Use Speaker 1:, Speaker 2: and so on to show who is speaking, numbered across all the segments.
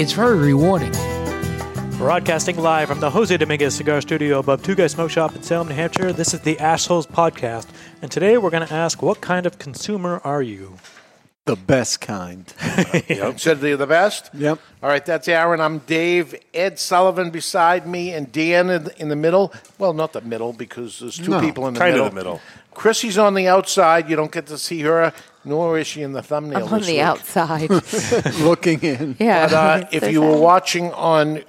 Speaker 1: It's very rewarding.
Speaker 2: Broadcasting live from the Jose Dominguez Cigar Studio above Two Guys Smoke Shop in Salem, New Hampshire, this is the Assholes Podcast. And today we're going to ask, what kind of consumer are you?
Speaker 3: The best kind.
Speaker 4: Said they're the best?
Speaker 3: Yep.
Speaker 4: All right, that's Aaron. I'm Dave. Ed Sullivan beside me, and Dan in, in the middle. Well, not the middle because there's two
Speaker 3: No,
Speaker 4: people in the
Speaker 5: kind of
Speaker 4: middle.
Speaker 5: the middle.
Speaker 4: Chrissy's on the outside. You don't get to see her, nor is she in the thumbnail.
Speaker 6: I'm on
Speaker 4: this
Speaker 6: the
Speaker 4: week.
Speaker 6: outside.
Speaker 3: Looking in.
Speaker 6: yeah.
Speaker 4: But uh, if
Speaker 6: So
Speaker 4: you were
Speaker 6: sad.
Speaker 4: watching on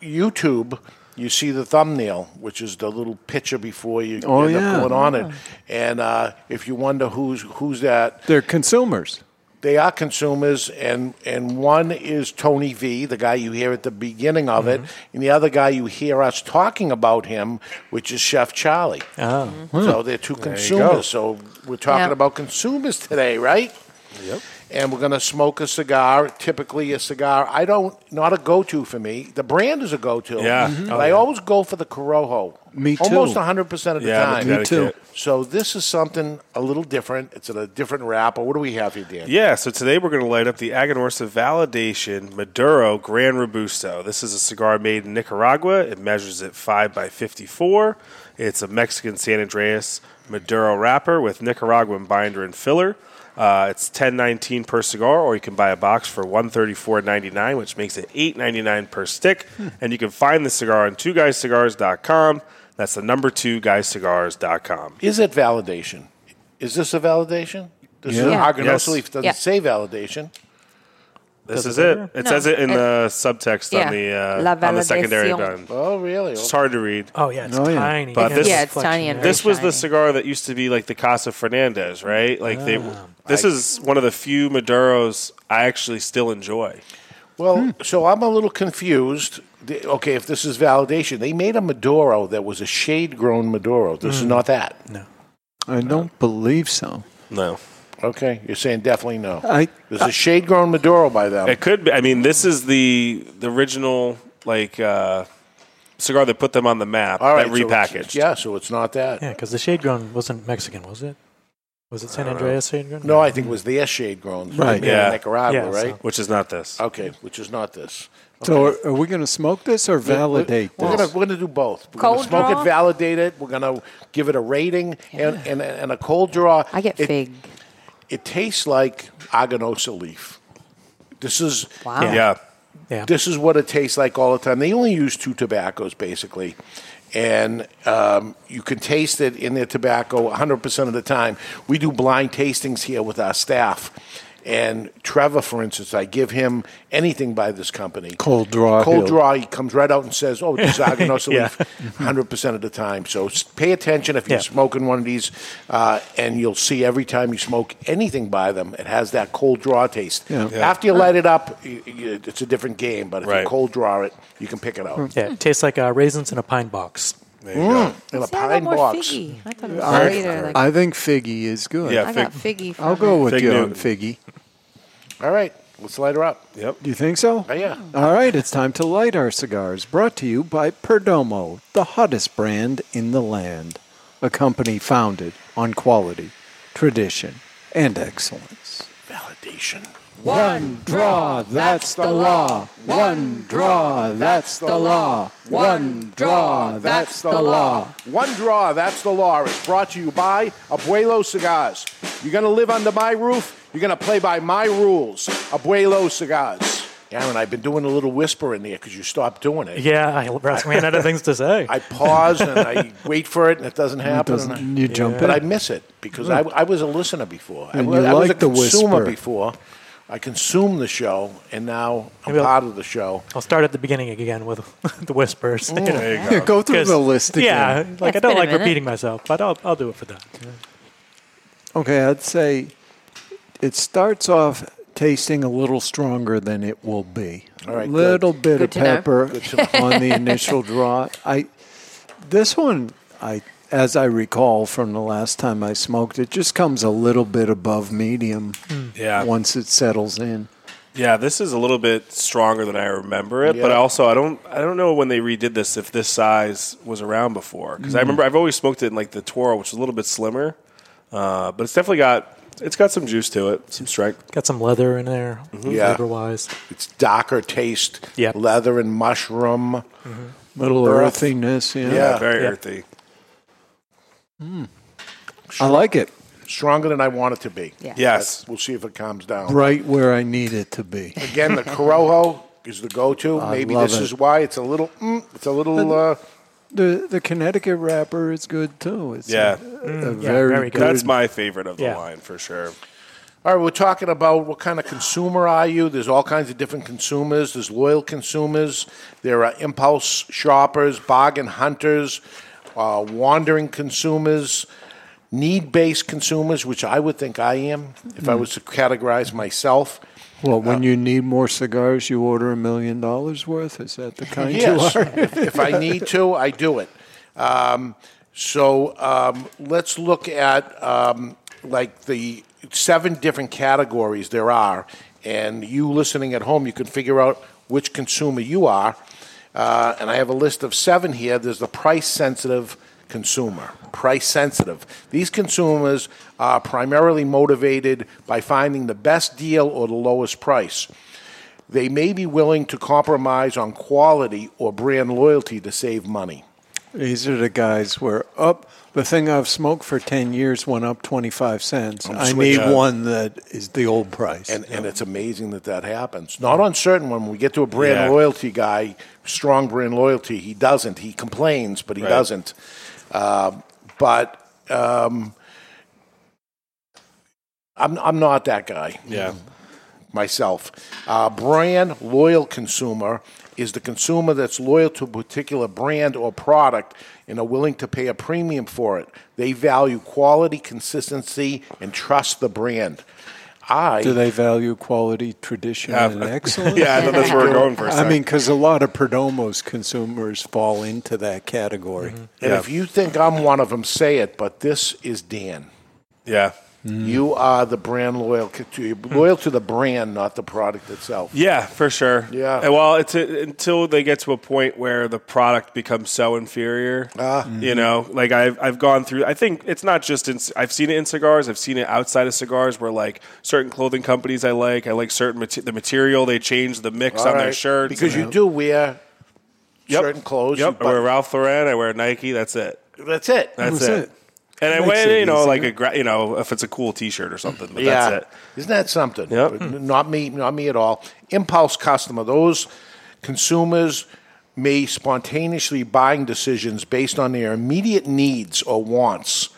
Speaker 4: YouTube, you see the thumbnail, which is the little picture before you
Speaker 3: Oh,
Speaker 4: end
Speaker 3: yeah.
Speaker 4: up going on it. And uh, if you wonder who's who's that,
Speaker 3: They're consumers.
Speaker 4: they are consumers, and and one is Tony V, the guy you hear at the beginning of it,
Speaker 6: Mm-hmm.
Speaker 4: and the other guy you hear us talking about him, which is Chef Charlie.
Speaker 3: Ah.
Speaker 4: Oh. So they're two consumers. So we're talking
Speaker 6: Yeah.
Speaker 4: about consumers today, right? Yep. And we're going to smoke a cigar, typically a cigar. I don't, not a go to for me. The brand is a go to.
Speaker 5: Yeah. Mhm.
Speaker 4: But I always go for the Corojo.
Speaker 3: Me
Speaker 4: Almost
Speaker 3: too.
Speaker 4: 100% of the
Speaker 5: Yeah, I'm a
Speaker 4: time.
Speaker 5: Me
Speaker 3: too.
Speaker 4: So this is something a little different. It's in a different wrapper. What do we have here, Dan?
Speaker 5: Yeah, so today we're going to light up the Aganorsa Validation Maduro Gran Robusto. This is a cigar made in Nicaragua. It measures at 5 by 54. It's a Mexican San Andreas Maduro wrapper with Nicaraguan binder and filler. Uh, it's 10.19 per cigar, or you can buy a box for 134.99, which makes it 8.99 per stick.
Speaker 4: Hmm.
Speaker 5: And you can find the cigar on two guyscigars.com. That's the number two guyscigars.com.
Speaker 4: Is it validation? Is this a validation? This is an
Speaker 6: Yeah.
Speaker 4: Argonaut
Speaker 5: Yes.
Speaker 4: leaf doesn't
Speaker 6: Yeah.
Speaker 4: say validation.
Speaker 5: This
Speaker 4: Doesn't
Speaker 5: is it.
Speaker 4: matter.
Speaker 5: It says it in
Speaker 6: It-
Speaker 5: the subtext
Speaker 6: Yeah.
Speaker 5: on the
Speaker 6: La
Speaker 5: uh, on the secondary
Speaker 6: validación.
Speaker 5: done.
Speaker 4: Oh, really?
Speaker 5: It's hard to read.
Speaker 2: Oh, yeah, it's
Speaker 3: Oh, yeah.
Speaker 2: tiny.
Speaker 5: But
Speaker 2: Look at
Speaker 5: this-
Speaker 2: the
Speaker 5: Yeah,
Speaker 6: it's tiny
Speaker 2: reflection
Speaker 6: and
Speaker 2: there.
Speaker 5: This was the
Speaker 6: shiny.
Speaker 5: cigar that used to be like the Casa Fernandez, right? Like
Speaker 2: Ah.
Speaker 5: they. This is one of the few Maduros I actually still enjoy.
Speaker 4: Well,
Speaker 3: Hmm.
Speaker 4: so I'm a little confused. The- Okay, if this is validation, they made a Maduro that was a shade grown Maduro. This
Speaker 3: Hmm.
Speaker 4: is not that. No.
Speaker 3: I don't believe so.
Speaker 5: No,
Speaker 4: Okay, you're saying definitely no.
Speaker 3: I
Speaker 4: There's a shade grown Maduro by them.
Speaker 5: it could be. I mean, this is the the original like uh, cigar that put them on the map.
Speaker 4: All right,
Speaker 5: that
Speaker 4: so it's-
Speaker 5: repackaged.
Speaker 4: yeah, so it's not that.
Speaker 2: Yeah, because the shade grown wasn't Mexican, was it? Was it San
Speaker 3: Uh,
Speaker 2: Andreas shade grown?
Speaker 4: No, I think it was their shade grown.
Speaker 3: Right.
Speaker 5: Yeah.
Speaker 4: Nicaragua,
Speaker 2: Yeah, so-
Speaker 4: right?
Speaker 5: which is not this.
Speaker 4: Okay, which is not this.
Speaker 3: so are, are we going to smoke this or validate
Speaker 4: We're
Speaker 3: this?
Speaker 4: gonna we're gonna do both. We're
Speaker 6: Cold
Speaker 4: gonna smoke
Speaker 6: draw?
Speaker 4: it, validate it. We're gonna give it a rating and, and and a cold draw.
Speaker 6: I get
Speaker 4: it,
Speaker 6: fig.
Speaker 4: It tastes like aganosa leaf. This is
Speaker 6: Wow.
Speaker 5: Yeah.
Speaker 2: Yeah.
Speaker 4: this is what it tastes like all the time. They only use two tobaccos basically, and um, you can taste it in their tobacco 100 percent of the time. We do blind tastings here with our staff. And Trevor, for instance, I give him anything by this company.
Speaker 3: Cold draw.
Speaker 4: Cold
Speaker 3: he'll-
Speaker 4: draw, he comes right out and says, "Oh, this is Agnos
Speaker 2: Yeah.
Speaker 4: leaf, 100 percent of the time." So s- pay attention if you're
Speaker 2: Yeah.
Speaker 4: smoking one of these, uh, and you'll see every time you smoke anything by them, it has that cold draw taste.
Speaker 3: Yeah.
Speaker 5: Yeah.
Speaker 4: After you light it up, y y it's a different game. But if
Speaker 5: Right.
Speaker 4: you cold draw it, you can pick it out
Speaker 2: Hmm. Yeah, it tastes like uh, raisins in a pine box.
Speaker 5: There you
Speaker 6: Mm.
Speaker 5: go.
Speaker 4: in a
Speaker 6: See, I got
Speaker 4: pine
Speaker 6: more
Speaker 4: box.
Speaker 6: Figgy. I thought it was
Speaker 3: Mm. I,
Speaker 6: sweeter, like-
Speaker 3: I think figgy is good.
Speaker 5: Yeah.
Speaker 6: I got figgy. From
Speaker 3: I'll go with
Speaker 5: Fig
Speaker 3: you
Speaker 5: Newton.
Speaker 3: on figgy.
Speaker 4: All right, let's light her up.
Speaker 5: Yep.
Speaker 3: Do you think so?
Speaker 4: Oh, yeah.
Speaker 3: All right, it's time to light our cigars. Brought to you by Perdomo, the hottest brand in the land. A company founded on quality, tradition, and excellence.
Speaker 4: Validation.
Speaker 3: One draw, that's the law. One draw, that's the law. One draw, that's the law.
Speaker 4: One draw, that's the law. It's brought to you by Abuelo Cigars. You're going to live under my roof. You're going to play by my rules. Abuelo Cigars. Aaron, I've been doing a little whisper in there because you stopped doing it.
Speaker 2: Yeah, I ran out of things to say.
Speaker 4: I pause and I wait for it, and it doesn't happen. and
Speaker 3: Doesn't
Speaker 4: I-
Speaker 3: you jump
Speaker 4: but I
Speaker 3: in?
Speaker 4: miss it because I, I was a listener before. I,
Speaker 3: And
Speaker 4: was,
Speaker 3: you
Speaker 4: I was a
Speaker 3: like the
Speaker 4: consumer
Speaker 3: whisper.
Speaker 4: before. I consumed the show, and now I'm
Speaker 2: Maybe I'll-
Speaker 4: part of the show.
Speaker 2: I'll start at the beginning again with the whispers. you know,
Speaker 5: There you go.
Speaker 3: Go through
Speaker 2: 'cause-
Speaker 3: the list again.
Speaker 2: Yeah, like I
Speaker 6: It's
Speaker 2: don't
Speaker 6: been a
Speaker 2: like
Speaker 6: minute.
Speaker 2: repeating myself, but I'll, I'll do it for that.
Speaker 3: Okay, I'd say it starts off tasting a little stronger than it will be.
Speaker 4: All right,
Speaker 3: little bit
Speaker 6: Good
Speaker 3: of
Speaker 6: to know.
Speaker 3: pepper on the initial draw. I this one I as I recall from the last time I smoked, it just comes a little bit above medium
Speaker 6: Hmm.
Speaker 5: Yeah.
Speaker 3: once it settles in.
Speaker 5: Yeah, this is a little bit stronger than I remember it, but
Speaker 4: Yeah.
Speaker 5: also I don't I don't know when they redid this if this size was around
Speaker 4: Mm.
Speaker 5: before because I remember I've always smoked it in like the Toro, which is a little bit slimmer, uh, but it's definitely got it's got some juice to it, some strength. Mm-hmm.
Speaker 2: Got some leather in there,
Speaker 4: Mm-hmm. Yeah.
Speaker 2: flavor wise.
Speaker 4: It's darker taste,
Speaker 2: Yep.
Speaker 4: leather and mushroom.
Speaker 3: Mm-hmm. Little
Speaker 4: Earth.
Speaker 3: earthiness, yeah.
Speaker 4: Yeah.
Speaker 5: very
Speaker 2: Yeah.
Speaker 5: earthy.
Speaker 3: I like it.
Speaker 4: Stronger than I want it to be.
Speaker 6: Yeah.
Speaker 5: Yes,
Speaker 4: We'll see if it calms down.
Speaker 3: Right where I need it to be.
Speaker 4: Again, the Corojo is the go-to. Maybe
Speaker 3: love
Speaker 4: this
Speaker 3: it.
Speaker 4: is why it's a little. Mm, it's a little. Uh,
Speaker 3: The the Connecticut wrapper is good too. It's a-
Speaker 5: Yeah.
Speaker 3: a, Mm. very,
Speaker 2: very
Speaker 3: good.
Speaker 2: good.
Speaker 5: that's my favorite of the
Speaker 2: Yeah.
Speaker 5: line for sure.
Speaker 4: All right, we're talking about what kind of consumer are you? There's all kinds of different consumers. There's loyal consumers. There are impulse shoppers, bargain hunters, uh, wandering consumers, need-based consumers, which I would think I am if I was to categorize myself.
Speaker 3: Well,
Speaker 5: Uh,
Speaker 3: when you need more cigars, you order a million dollars worth. Is that the kind
Speaker 4: Yes,
Speaker 3: you are?
Speaker 4: if, if I need to, I do it. Um, so um, let's look at um, like the seven different categories there are, and you listening at home, you can figure out which consumer you are. Uh, and I have a list of seven here. There's the price sensitive consumer, price sensitive. These consumers are primarily motivated by finding the best deal or the lowest price they may be willing to compromise on quality or brand loyalty to save money.
Speaker 3: These are the guys where up the thing I've smoked for ten years went up twenty five cents. I need
Speaker 4: switching.
Speaker 3: one that is the old price.
Speaker 4: And, and it's amazing that that happens. Not on certain when we get to a brand
Speaker 5: Yeah.
Speaker 4: loyalty guy, strong brand loyalty, he doesn't. He complains, but he
Speaker 5: Right.
Speaker 4: doesn't. Um but um, I'm, I'm not that guy.
Speaker 5: Yeah,
Speaker 4: myself. Uh, brand loyal consumer is the consumer that's loyal to a particular brand or product and are willing to pay a premium for it. They value quality, consistency, and trust the brand. I
Speaker 3: Do they value quality, tradition,
Speaker 5: Yeah.
Speaker 3: and excellence?
Speaker 5: yeah, I thought that's where we're going for a
Speaker 3: I
Speaker 5: second.
Speaker 3: mean, because a lot of Perdomo's consumers fall into that category.
Speaker 4: Mm-hmm. and
Speaker 5: yeah.
Speaker 4: if you think I'm one of them, say it. But this is Dan.
Speaker 5: yeah.
Speaker 4: You are the brand loyal, you're loyal to the brand, not the product itself.
Speaker 5: Yeah, for sure.
Speaker 4: Yeah.
Speaker 5: And Well, it's until they get to a point where the product becomes so inferior.
Speaker 4: Ah.
Speaker 5: You know, like I've I've gone through. I think it's not just in. I've seen it in cigars. I've seen it outside of cigars, where like certain clothing companies I like. I like certain mate- the material they change the mix
Speaker 4: All
Speaker 5: on their
Speaker 4: right?
Speaker 5: shirts
Speaker 4: because
Speaker 5: And-
Speaker 4: you do wear
Speaker 5: Yep.
Speaker 4: certain clothes.
Speaker 5: Yep.
Speaker 4: you
Speaker 5: I wear
Speaker 4: bu-
Speaker 5: Ralph Lauren. I wear Nike. That's it.
Speaker 4: that's it.
Speaker 5: That's,
Speaker 3: That's
Speaker 5: it.
Speaker 3: it.
Speaker 5: And I
Speaker 3: Makes
Speaker 5: wear
Speaker 3: it
Speaker 5: you know
Speaker 3: easier.
Speaker 5: like a gra- you know if it's a cool T-shirt or something. But that's it.
Speaker 4: Isn't that something?
Speaker 5: Yep.
Speaker 4: But n- Not me, not me at all. Impulse customer, those consumers may spontaneously buying decisions based on their immediate needs or wants.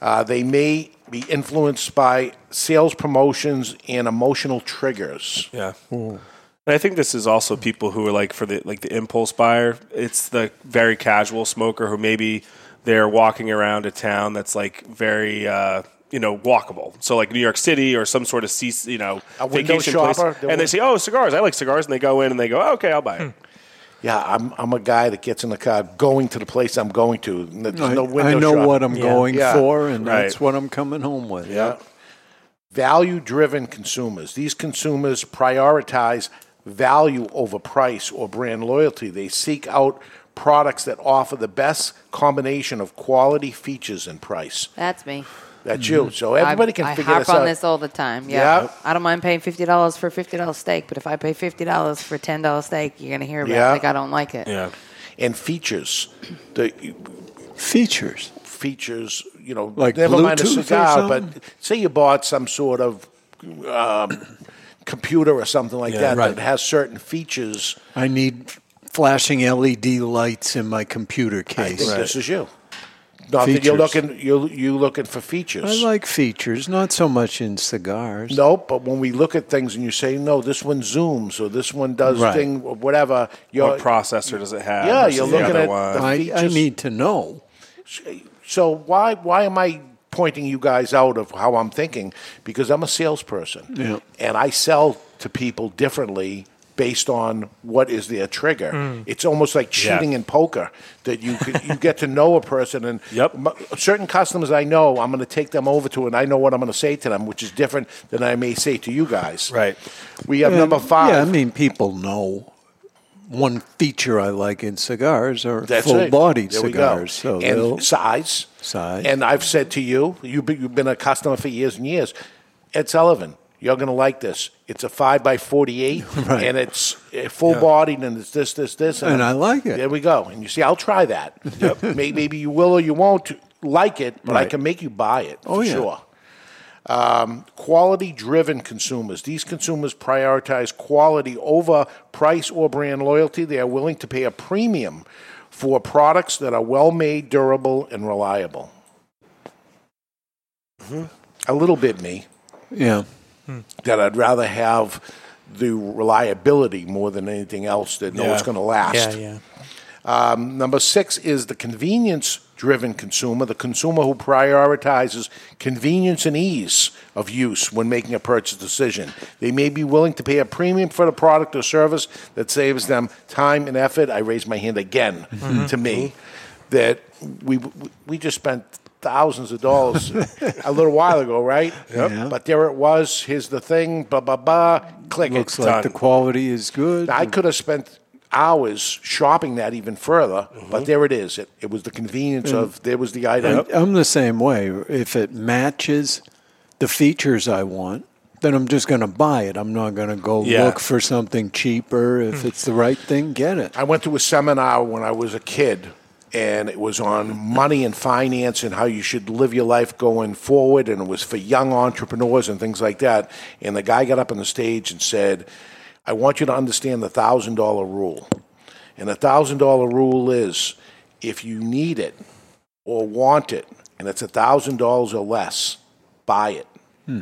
Speaker 4: Uh, they may be influenced by sales promotions and emotional triggers.
Speaker 5: Yeah. And I think this is
Speaker 4: Hmm.
Speaker 5: also people who are like for the like the impulse buyer. It's the very casual smoker who maybe they're walking around a town that's like very uh, you know walkable. So like New York City or some sort of cease you know
Speaker 4: A window
Speaker 5: vacation
Speaker 4: shopper?
Speaker 5: place, and they say, "Oh, cigars! I like cigars." And they go in and they go, oh, "Okay, I'll
Speaker 4: Hmm.
Speaker 5: buy it."
Speaker 4: Yeah, I'm, I'm a guy that gets in the car going to the place I'm going to. N- There's
Speaker 3: I,
Speaker 4: no
Speaker 3: I
Speaker 4: window
Speaker 3: know
Speaker 4: shopping.
Speaker 3: what I'm
Speaker 2: Yeah.
Speaker 3: going
Speaker 4: Yeah.
Speaker 3: for, and
Speaker 5: Right.
Speaker 3: that's what I'm coming home with.
Speaker 4: Yeah. Value driven consumers. These consumers prioritize value over price or brand loyalty. They seek out products that offer the best combination of quality, features, and price.
Speaker 6: That's me.
Speaker 4: That's you. So everybody
Speaker 6: I,
Speaker 4: can
Speaker 6: I
Speaker 4: figure
Speaker 6: harp
Speaker 4: this
Speaker 6: on
Speaker 4: out.
Speaker 6: this all the time. Yeah.
Speaker 4: Yep.
Speaker 6: I don't mind paying fifty dollars for a fifty dollar steak, but if I pay fifty dollars for a ten dollar steak, you're gonna hear about
Speaker 4: Yeah.
Speaker 6: it. Like I don't like it.
Speaker 5: Yeah.
Speaker 4: and features. The
Speaker 3: Features.
Speaker 4: features, you know,
Speaker 3: Like
Speaker 4: never mind a
Speaker 3: Bluetooth or
Speaker 4: cigar, but
Speaker 3: something?
Speaker 4: say you bought some sort of um, computer or something like that
Speaker 3: right.
Speaker 4: that has certain features.
Speaker 3: I need flashing LED lights in my computer
Speaker 4: I think
Speaker 3: case.
Speaker 4: this is you. Not that you're
Speaker 3: Features.
Speaker 4: looking you you looking for features.
Speaker 3: I like features, not so much in cigars.
Speaker 4: no, but when we look at things and you say, no, this one zooms or this one does
Speaker 3: Right.
Speaker 4: thing or whatever, you're
Speaker 5: What processor does it have?
Speaker 4: Yeah,
Speaker 5: versus
Speaker 4: you're
Speaker 5: the
Speaker 4: looking
Speaker 5: other
Speaker 4: at
Speaker 5: one?
Speaker 4: the-
Speaker 3: I, I
Speaker 4: features.
Speaker 3: need to know.
Speaker 4: so why why am I pointing you guys out of how I'm thinking because I'm a salesperson.
Speaker 3: Yeah.
Speaker 4: And I sell to people differently based on what is their trigger.
Speaker 5: Mm.
Speaker 4: It's almost like cheating in poker that you could, you get to know a person and
Speaker 5: Yep.
Speaker 4: m- certain customers I know, I'm going to take them over to and I know what I'm going to say to them, which is different than I may say to you guys.
Speaker 5: Right.
Speaker 4: We have number five.
Speaker 3: Yeah, I mean, people know one feature I like in cigars are
Speaker 4: That's
Speaker 3: full
Speaker 4: right.
Speaker 3: body
Speaker 4: There we go.
Speaker 3: cigars. So they'll,
Speaker 4: and size,
Speaker 3: Size.
Speaker 4: And I've said to you, you've been, you've been a customer for years and years. Ed Sullivan, you're going to like this. It's a five by forty-eight,
Speaker 3: Right.
Speaker 4: and it's
Speaker 7: Eh,
Speaker 4: full bodied, and it's this, this, this,
Speaker 3: And I like it.
Speaker 4: There we go. And you see, I'll try that. May- maybe, you will or you won't like it, but I
Speaker 3: Right.
Speaker 4: can make you buy it
Speaker 3: Oh,
Speaker 4: for
Speaker 3: yeah.
Speaker 4: sure quality driven consumers. These consumers prioritize quality over price or brand loyalty. They are willing to pay a premium for products that are well made, durable, and reliable. A little bit me
Speaker 3: Mm-hmm. yeah.
Speaker 4: that I'd rather have the reliability more than anything else that know it's
Speaker 5: Yeah.
Speaker 4: going to last.
Speaker 2: Yeah, yeah.
Speaker 4: Um, Number six is the convenience driven consumer, the consumer who prioritizes convenience and ease of use when making a purchase decision. They may be willing to pay a premium for the product or service that saves them time and effort. I raise my hand again
Speaker 3: Mm-hmm.
Speaker 4: to me that we, we just spent thousands of dollars a little while ago, right?
Speaker 3: Yeah.
Speaker 4: But there it was. Here's the thing, blah, blah, blah. Click it.
Speaker 3: Looks like the quality is good.
Speaker 4: I could have spent hours shopping that even further,
Speaker 3: Mm-hmm.
Speaker 4: but there it is. It, it was the convenience
Speaker 3: Mm.
Speaker 4: of there was the item.
Speaker 3: I'm the same way. If it matches the features I want, then I'm just going to buy it. I'm not going to go
Speaker 5: Yeah.
Speaker 3: look for something cheaper.
Speaker 4: Mm.
Speaker 3: If it's the right thing, get it.
Speaker 4: I went to a seminar when I was a kid, and it was on money and finance and how you should live your life going forward. And it was for young entrepreneurs and things like that. And the guy got up on the stage and said, I want you to understand the $1,000 rule. And the $1,000 rule is if you need it or want it, and it's $1,000 or less, buy it.
Speaker 3: Hmm.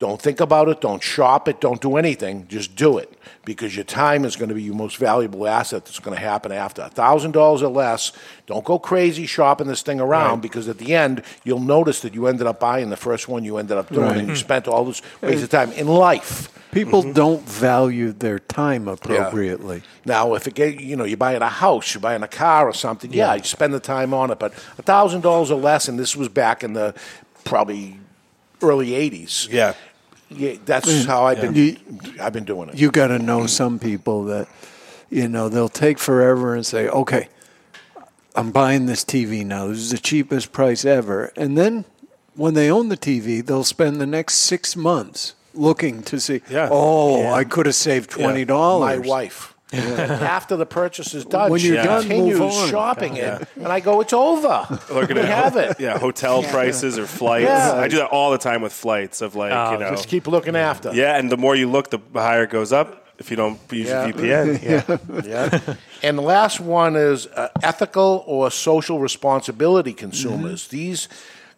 Speaker 4: Don't think about it. Don't shop it. Don't do anything. Just do it because your time is going to be your most valuable asset that's going to happen after. $1,000 or less. Don't go crazy shopping this thing around because at the end, you'll notice that you ended up buying the first one you ended up doing and you spent all this waste of time in life.
Speaker 3: Hmm.
Speaker 4: Mm-hmm.
Speaker 3: People don't value their time appropriately.
Speaker 4: Now, if it get, you know you're buying a house, you're buying a car or something, yeah, you spend the time on it. But a thousand dollars or less, and this was back in the probably early '80s.
Speaker 5: Yeah. Mm.
Speaker 4: yeah that's how I've been.
Speaker 3: You-
Speaker 4: I've been doing it.
Speaker 3: you got to know some people that you know they'll take forever and say okay i'm buying this tv now this is the cheapest price ever and then when they own the tv they'll spend the next six months looking to see
Speaker 5: Yeah.
Speaker 3: oh i could have saved $20
Speaker 4: My wife. After the purchase is done,
Speaker 3: When
Speaker 4: she
Speaker 3: you're done,
Speaker 4: continues
Speaker 3: move on.
Speaker 4: shopping it, and I go, "It's over.
Speaker 5: Looking
Speaker 4: we
Speaker 5: at
Speaker 4: have
Speaker 5: ho-
Speaker 4: it.
Speaker 5: Yeah, hotel prices or flights.
Speaker 4: Yeah.
Speaker 5: I do that all the time with flights of like,
Speaker 2: Oh,
Speaker 5: you know.
Speaker 4: Just keep looking after."
Speaker 5: yeah, and the more you look, the higher it goes up if you don't use
Speaker 4: Yeah.
Speaker 5: your VPN.
Speaker 4: Yeah. and the last one is uh, ethical or social responsibility consumers. These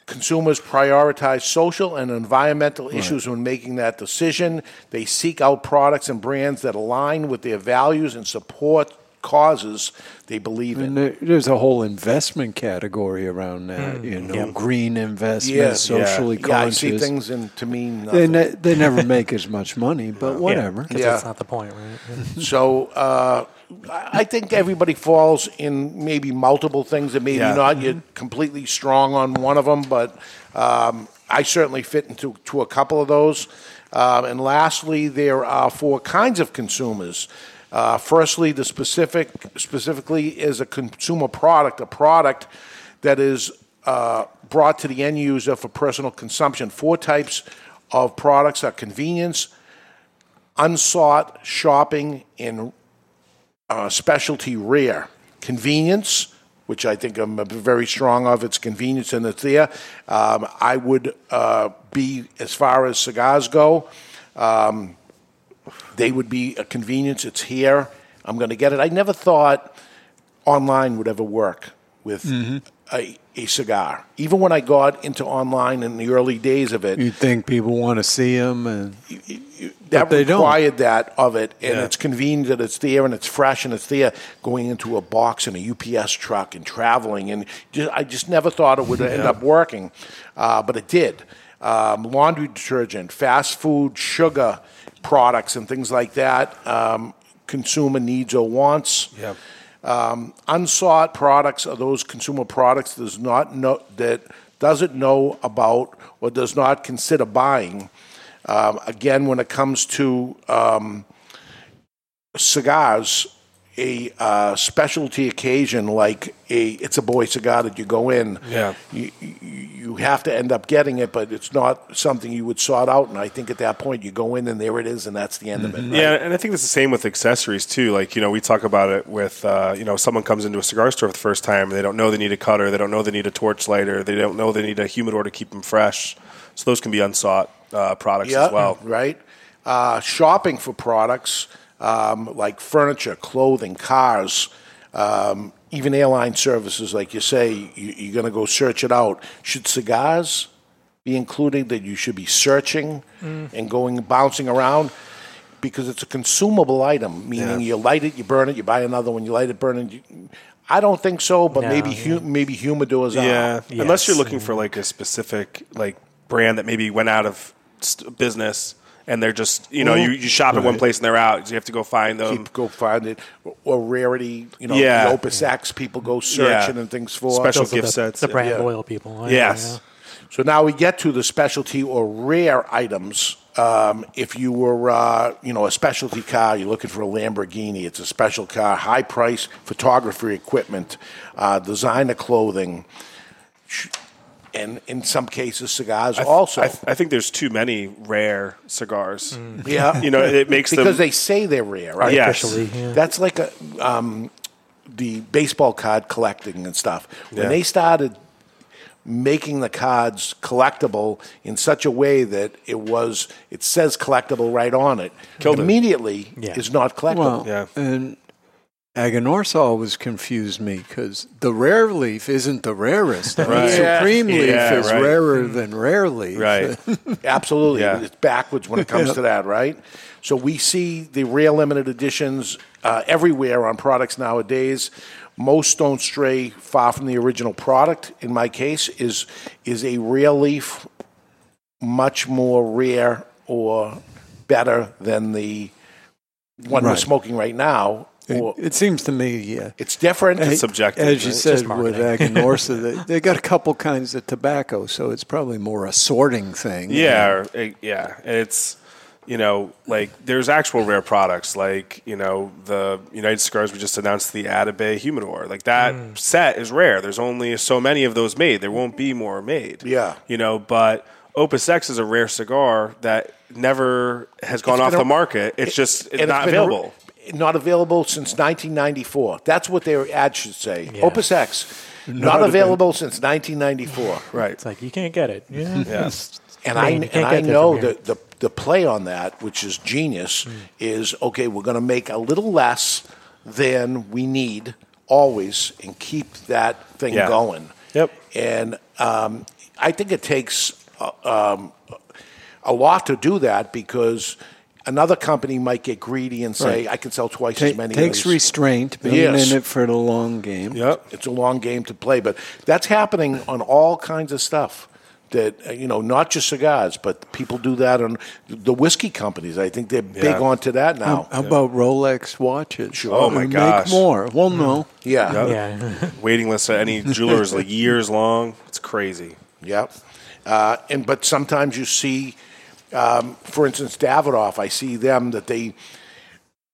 Speaker 4: consumers prioritize social and environmental issues when making that decision. They seek out products and brands that align with their values and support causes they believe in.
Speaker 3: And there- there's a whole investment category around that, you know, green investment,
Speaker 4: Yeah.
Speaker 3: socially
Speaker 4: Mm. yeah, I
Speaker 3: conscious.
Speaker 4: see things and to me
Speaker 3: they,
Speaker 4: nothing.
Speaker 3: ne- they never make as much money, but whatever.
Speaker 2: Because
Speaker 4: Yeah.
Speaker 2: that's not the point, right? Yeah.
Speaker 4: So uh, I I think everybody falls in maybe multiple things, and maybe
Speaker 5: Yeah.
Speaker 4: not. You're
Speaker 2: Mm-hmm.
Speaker 4: completely strong on one of them, but um, I certainly fit into to a couple of those. Um, and lastly, there are four kinds of consumers. Uh, firstly, the specific specifically is a consumer product, a product that is uh, brought to the end user for personal consumption. Four types of products are convenience, unsought shopping in uh, specialty rare convenience, which I think I'm very strong of. It's convenience and it's there. Um, I would uh, be as far as cigars go. Um, they would be a convenience. It's here. I'm going to get it. I never thought online would ever work. with
Speaker 7: Mm.
Speaker 4: a, a cigar. Even when I got into online in the early days of it,
Speaker 3: You'd think people want to see them, and
Speaker 4: that
Speaker 3: But they don't.
Speaker 4: required that of it, and
Speaker 5: Yeah.
Speaker 4: it's convenient that it's there and it's fresh and it's there. Going into a box in a UPS truck and traveling, and just, I just never thought it would end up working, uh, but it did. Um, laundry detergent, fast food, sugar products, and things like that. Um, consumer needs or wants.
Speaker 5: Yep.
Speaker 4: Um, unsought products are those consumer products does not know that doesn't know about or does not consider buying. Um, again, when it comes to um, cigars, a uh, specialty occasion like a it's a boy cigar that you go in,
Speaker 5: Yeah.
Speaker 4: you, you, you have to end up getting it, but it's not something you would sort out. And I think at that point you go in and there it is, and that's the end of it. right?
Speaker 5: Mm-hmm. Yeah, and I think it's the same with accessories too. Like you know, we talk about it with uh, you know, someone comes into a cigar store for the first time, they don't know they need a cutter, they don't know they need a torch lighter, they don't know they need a humidor to keep them fresh. So those can be unsought uh, products as well.
Speaker 4: Right. Uh, shopping for products um, like furniture, clothing, cars, um, even airline services, like you say, you, you're going to go search it out. Should cigars be included that you should be searching
Speaker 2: Mm.
Speaker 4: and going bouncing around? Because it's a consumable item, meaning you light it, you burn it, you buy another one, you light it, burn it. You, I don't think so, but maybe hu- maybe humidors are.
Speaker 5: Yeah, unless
Speaker 2: Yes.
Speaker 5: you're
Speaker 4: Mm-hmm.
Speaker 5: looking for like a specific like brand that maybe went out of st- business and they're just you know you, you shop at one place and they're out, so you have to go find them.
Speaker 4: Keep, go find it or rarity, you know,
Speaker 5: Yeah.
Speaker 4: the Opus X people go searching and things for
Speaker 5: special
Speaker 2: Those are
Speaker 5: gift
Speaker 2: the,
Speaker 5: sets.
Speaker 2: The brand
Speaker 4: Yeah.
Speaker 2: loyal people. Oh, I
Speaker 5: Yes.
Speaker 4: So now we get to the specialty or rare items. Um, if you were, uh, you know, a specialty car, you're looking for a Lamborghini. It's a special car, high price, photography equipment, uh, designer clothing, sh- and in some cases cigars also.
Speaker 5: I, th- I think there's too many rare cigars.
Speaker 4: Mm. yeah,
Speaker 5: You know, it makes
Speaker 4: because
Speaker 5: them.
Speaker 4: they say they're rare, right?
Speaker 5: Yes.
Speaker 2: Mm. Officially, yeah.
Speaker 4: That's like a, um, the baseball card collecting and stuff. When
Speaker 5: Yeah.
Speaker 4: they started making the cards collectible in such a way that it was, it says collectible right on it.
Speaker 5: Killed it.
Speaker 4: immediately
Speaker 2: Yeah.
Speaker 4: is not collectible.
Speaker 3: well,
Speaker 5: Yeah.
Speaker 3: and Agonorsa always confused me because the rare leaf isn't the rarest. I mean,
Speaker 5: Right.
Speaker 4: Yeah. Mm-hmm.
Speaker 3: Supreme leaf
Speaker 5: Yeah,
Speaker 3: is
Speaker 5: right.
Speaker 3: rarer than rare leaf.
Speaker 5: Right.
Speaker 4: Absolutely.
Speaker 5: Yeah.
Speaker 4: It's backwards when it comes to that, right? So we see the rare limited editions uh, everywhere on products nowadays. Most don't stray far from the original product. In my case, is is a rare leaf much more rare or better than the one we're
Speaker 3: Right.
Speaker 4: smoking right now?
Speaker 3: It,
Speaker 4: Or
Speaker 3: it seems to me, yeah.
Speaker 4: it's different.
Speaker 3: Hey,
Speaker 5: subjective,
Speaker 3: As you
Speaker 5: right?
Speaker 3: said with Agonorsa, they, they got a couple kinds of tobacco, so it's probably more a sorting thing.
Speaker 5: Yeah, or, uh, yeah, and it's you know like there's actual rare products like you know the United Cigars we just announced the Atabey Humidor like that
Speaker 4: Mm.
Speaker 5: set is rare. There's only so many of those made. There won't be more made.
Speaker 4: Yeah.
Speaker 5: you know, but Opus X is a rare cigar that never has gone
Speaker 4: It's
Speaker 5: off
Speaker 4: been a-
Speaker 5: the market. It's just it's
Speaker 4: And
Speaker 5: not
Speaker 4: been
Speaker 5: available.
Speaker 4: ar- not available since 1994. That's what their ad should say. Opus X, not, available since 1994.
Speaker 5: right.
Speaker 2: It's like you can't get it. Yeah.
Speaker 5: Yes.
Speaker 4: And
Speaker 2: Man,
Speaker 4: I
Speaker 2: you can't
Speaker 4: and I
Speaker 2: get that
Speaker 4: know
Speaker 2: from here.
Speaker 4: that the the play on that, which is genius,
Speaker 2: Mm.
Speaker 4: is okay. We're going to make a little less than we need always, and keep that thing
Speaker 5: Yeah.
Speaker 4: going.
Speaker 5: Yep.
Speaker 4: And um, I think it takes uh, um, a lot to do that because another company might get greedy and say, "I can sell twice
Speaker 3: Ta-
Speaker 4: as many." of
Speaker 3: takes
Speaker 4: these."
Speaker 3: restraint, being
Speaker 4: Yes.
Speaker 3: in it for the long game.
Speaker 5: Yep.
Speaker 4: it's a long game to play, but that's happening on all kinds of stuff. That uh, you know, not just cigars, but people do that on the whiskey companies. I think they're big
Speaker 5: Yeah.
Speaker 4: onto that now.
Speaker 3: How, how about Rolex watches?
Speaker 5: Oh, my
Speaker 3: Make
Speaker 5: gosh.
Speaker 3: more. Well, no.
Speaker 4: Mm-hmm. yeah,
Speaker 5: Yep.
Speaker 2: Yeah.
Speaker 5: Waiting lists at any jewelers like years long. It's crazy.
Speaker 4: Yep. Uh, and but sometimes you see, um, for instance, Davidoff. I see them that they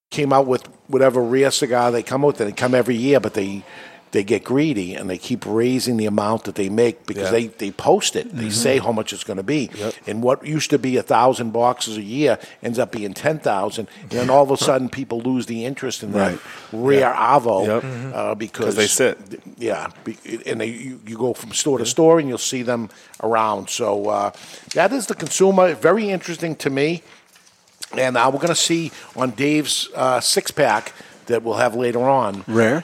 Speaker 4: came out with whatever rare cigar they come out with. They come every year, but they they get greedy and they keep raising the amount that they make because
Speaker 5: Yeah. Mm-hmm.
Speaker 4: they, they post it. They say how much it's going to be, and what used to be a thousand boxes a year ends up being ten thousand. And then all of a sudden, people lose the interest in that rare Avo
Speaker 5: Yep. Mm-hmm.
Speaker 4: uh, because
Speaker 5: they sit.
Speaker 4: yeah, be- and they, you, you go from store to store and you'll see them around. So uh, that is the consumer. Very interesting to me. And uh, we're going to see on Dave's uh, six pack that we'll have later on.
Speaker 3: Rare.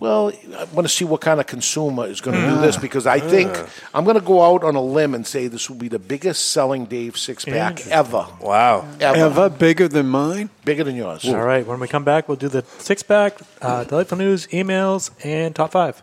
Speaker 4: well, I want to see what kind of consumer is going to do this because I think I'm going to go out on a limb and say this will be the biggest selling Dave six pack ever.
Speaker 5: Wow.
Speaker 4: Ever.
Speaker 3: Eva, bigger than mine?
Speaker 4: Bigger than yours.
Speaker 2: All right. When we come back, we'll do the six pack, uh, delightful news, emails, and top five.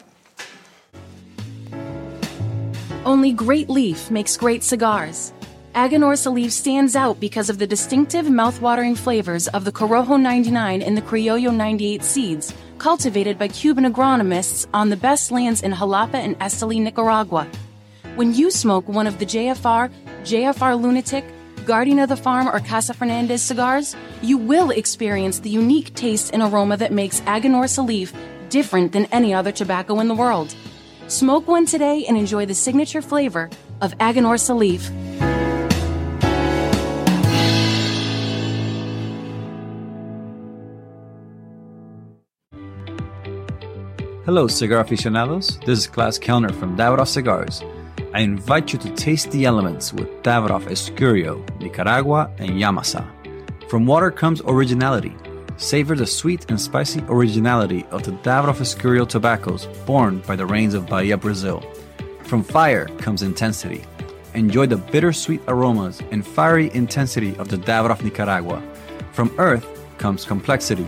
Speaker 8: Only Great Leaf makes great cigars. Aganorsa Leaf stands out because of the distinctive mouthwatering flavors of the Corojo 99 and the Criollo 98 seeds, cultivated by Cuban agronomists on the best lands in Jalapa and Esteli, Nicaragua. When you smoke one of the JFR, JFR Lunatic, Guardian of the Farm, or Casa Fernandez cigars, you will experience the unique taste and aroma that makes Aganorsa Leaf different than any other tobacco in the world. Smoke one today and enjoy the signature flavor of Aganorsa Leaf.
Speaker 9: Hello, cigar aficionados. This is Klaus Kellner from Davidoff Cigars. I invite you to taste the elements with Davidoff Escurio, Nicaragua, and Yamasa. From water comes originality. Savor the sweet and spicy originality of the Davidoff Escurio tobaccos born by the rains of Bahia, Brazil. From fire comes intensity. Enjoy the bittersweet aromas and fiery intensity of the Davidoff Nicaragua. From earth comes complexity.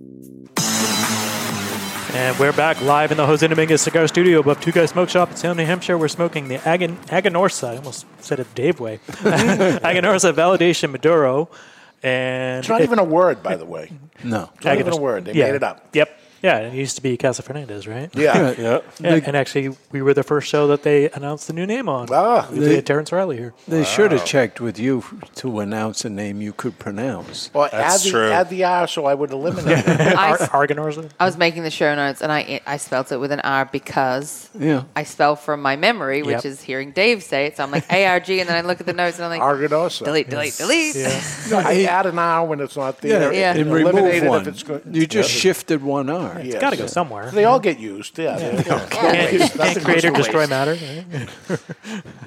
Speaker 2: And we're back live in the Jose Dominguez Cigar Studio above Two Guys Smoke Shop in Salem, New Hampshire. We're smoking the Agan- Aganorsa. I almost said it Dave way. Aganorsa Validation Maduro. And
Speaker 4: It's not even a word, by the way.
Speaker 3: No.
Speaker 4: It's not even a word. They made it up.
Speaker 2: Yep. Yeah, it used to be Casa Fernandez, right?
Speaker 4: Yeah. Yeah.
Speaker 2: Yeah,
Speaker 4: They-
Speaker 2: and actually, we were the first show that they announced the new name on.
Speaker 4: Ah,
Speaker 2: we they, had Terrence Riley here.
Speaker 3: They should have checked with you to announce a name you could pronounce.
Speaker 4: Well, add the, Add the R so I would eliminate it.
Speaker 6: I s-
Speaker 2: Argonauts?
Speaker 6: I was making the show notes and I I spelt it with an R because
Speaker 3: Yeah.
Speaker 6: I spell from my memory, which
Speaker 3: Yep.
Speaker 6: is hearing Dave say it. So I'm like A R G, and then I look at the notes and I'm like
Speaker 4: Argonosa.
Speaker 6: Delete, delete, delete.
Speaker 4: No, I add an R when it's not there.
Speaker 6: Yeah.
Speaker 3: and
Speaker 4: Eliminate
Speaker 3: remove
Speaker 4: it
Speaker 3: one.
Speaker 4: if it's good.
Speaker 3: You just
Speaker 4: Yeah.
Speaker 3: shifted one R.
Speaker 4: Yes.
Speaker 2: gotta go somewhere.
Speaker 4: They all get used. Yeah. yeah.
Speaker 2: Can't-
Speaker 4: Nothing
Speaker 2: can't
Speaker 4: goes
Speaker 2: create or
Speaker 4: to
Speaker 2: destroy
Speaker 4: waste.
Speaker 2: matter.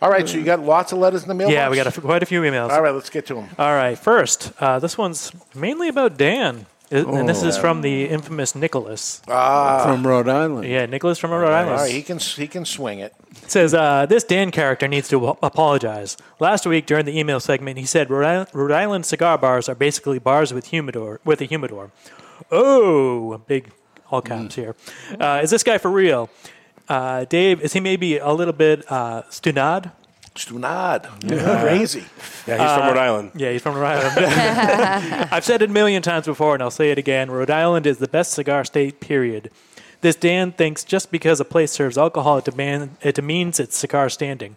Speaker 4: All right, so you got lots of letters in the mailbox.
Speaker 2: Yeah, we got a f quite a few emails.
Speaker 4: All right, let's get to them.
Speaker 2: All right, first, uh, this one's mainly about Dan, I- and this
Speaker 4: Oh.
Speaker 2: is from the infamous Nicholas.
Speaker 4: Ah.
Speaker 3: From Rhode Island.
Speaker 2: Yeah, Nicholas from Rhode Island.
Speaker 4: All right, he can he can swing it.
Speaker 2: It says uh, this Dan character needs to apologize. Last week during the email segment, he said Rhode Island, Rhode Island cigar bars are basically bars with humidor with a humidor. Oh, big all caps here. Uh, is this guy for real? Uh, Dave, is he maybe a little bit uh, stunad?
Speaker 4: Stunad,
Speaker 5: Yeah.
Speaker 4: crazy.
Speaker 5: Yeah, he's from Rhode Island.
Speaker 2: Uh, Yeah, he's from Rhode Island. I've said it a million times before, and I'll say it again. Rhode Island is the best cigar state. Period. This Dan thinks just because a place serves alcohol, it, demand, it demeans its cigar standing.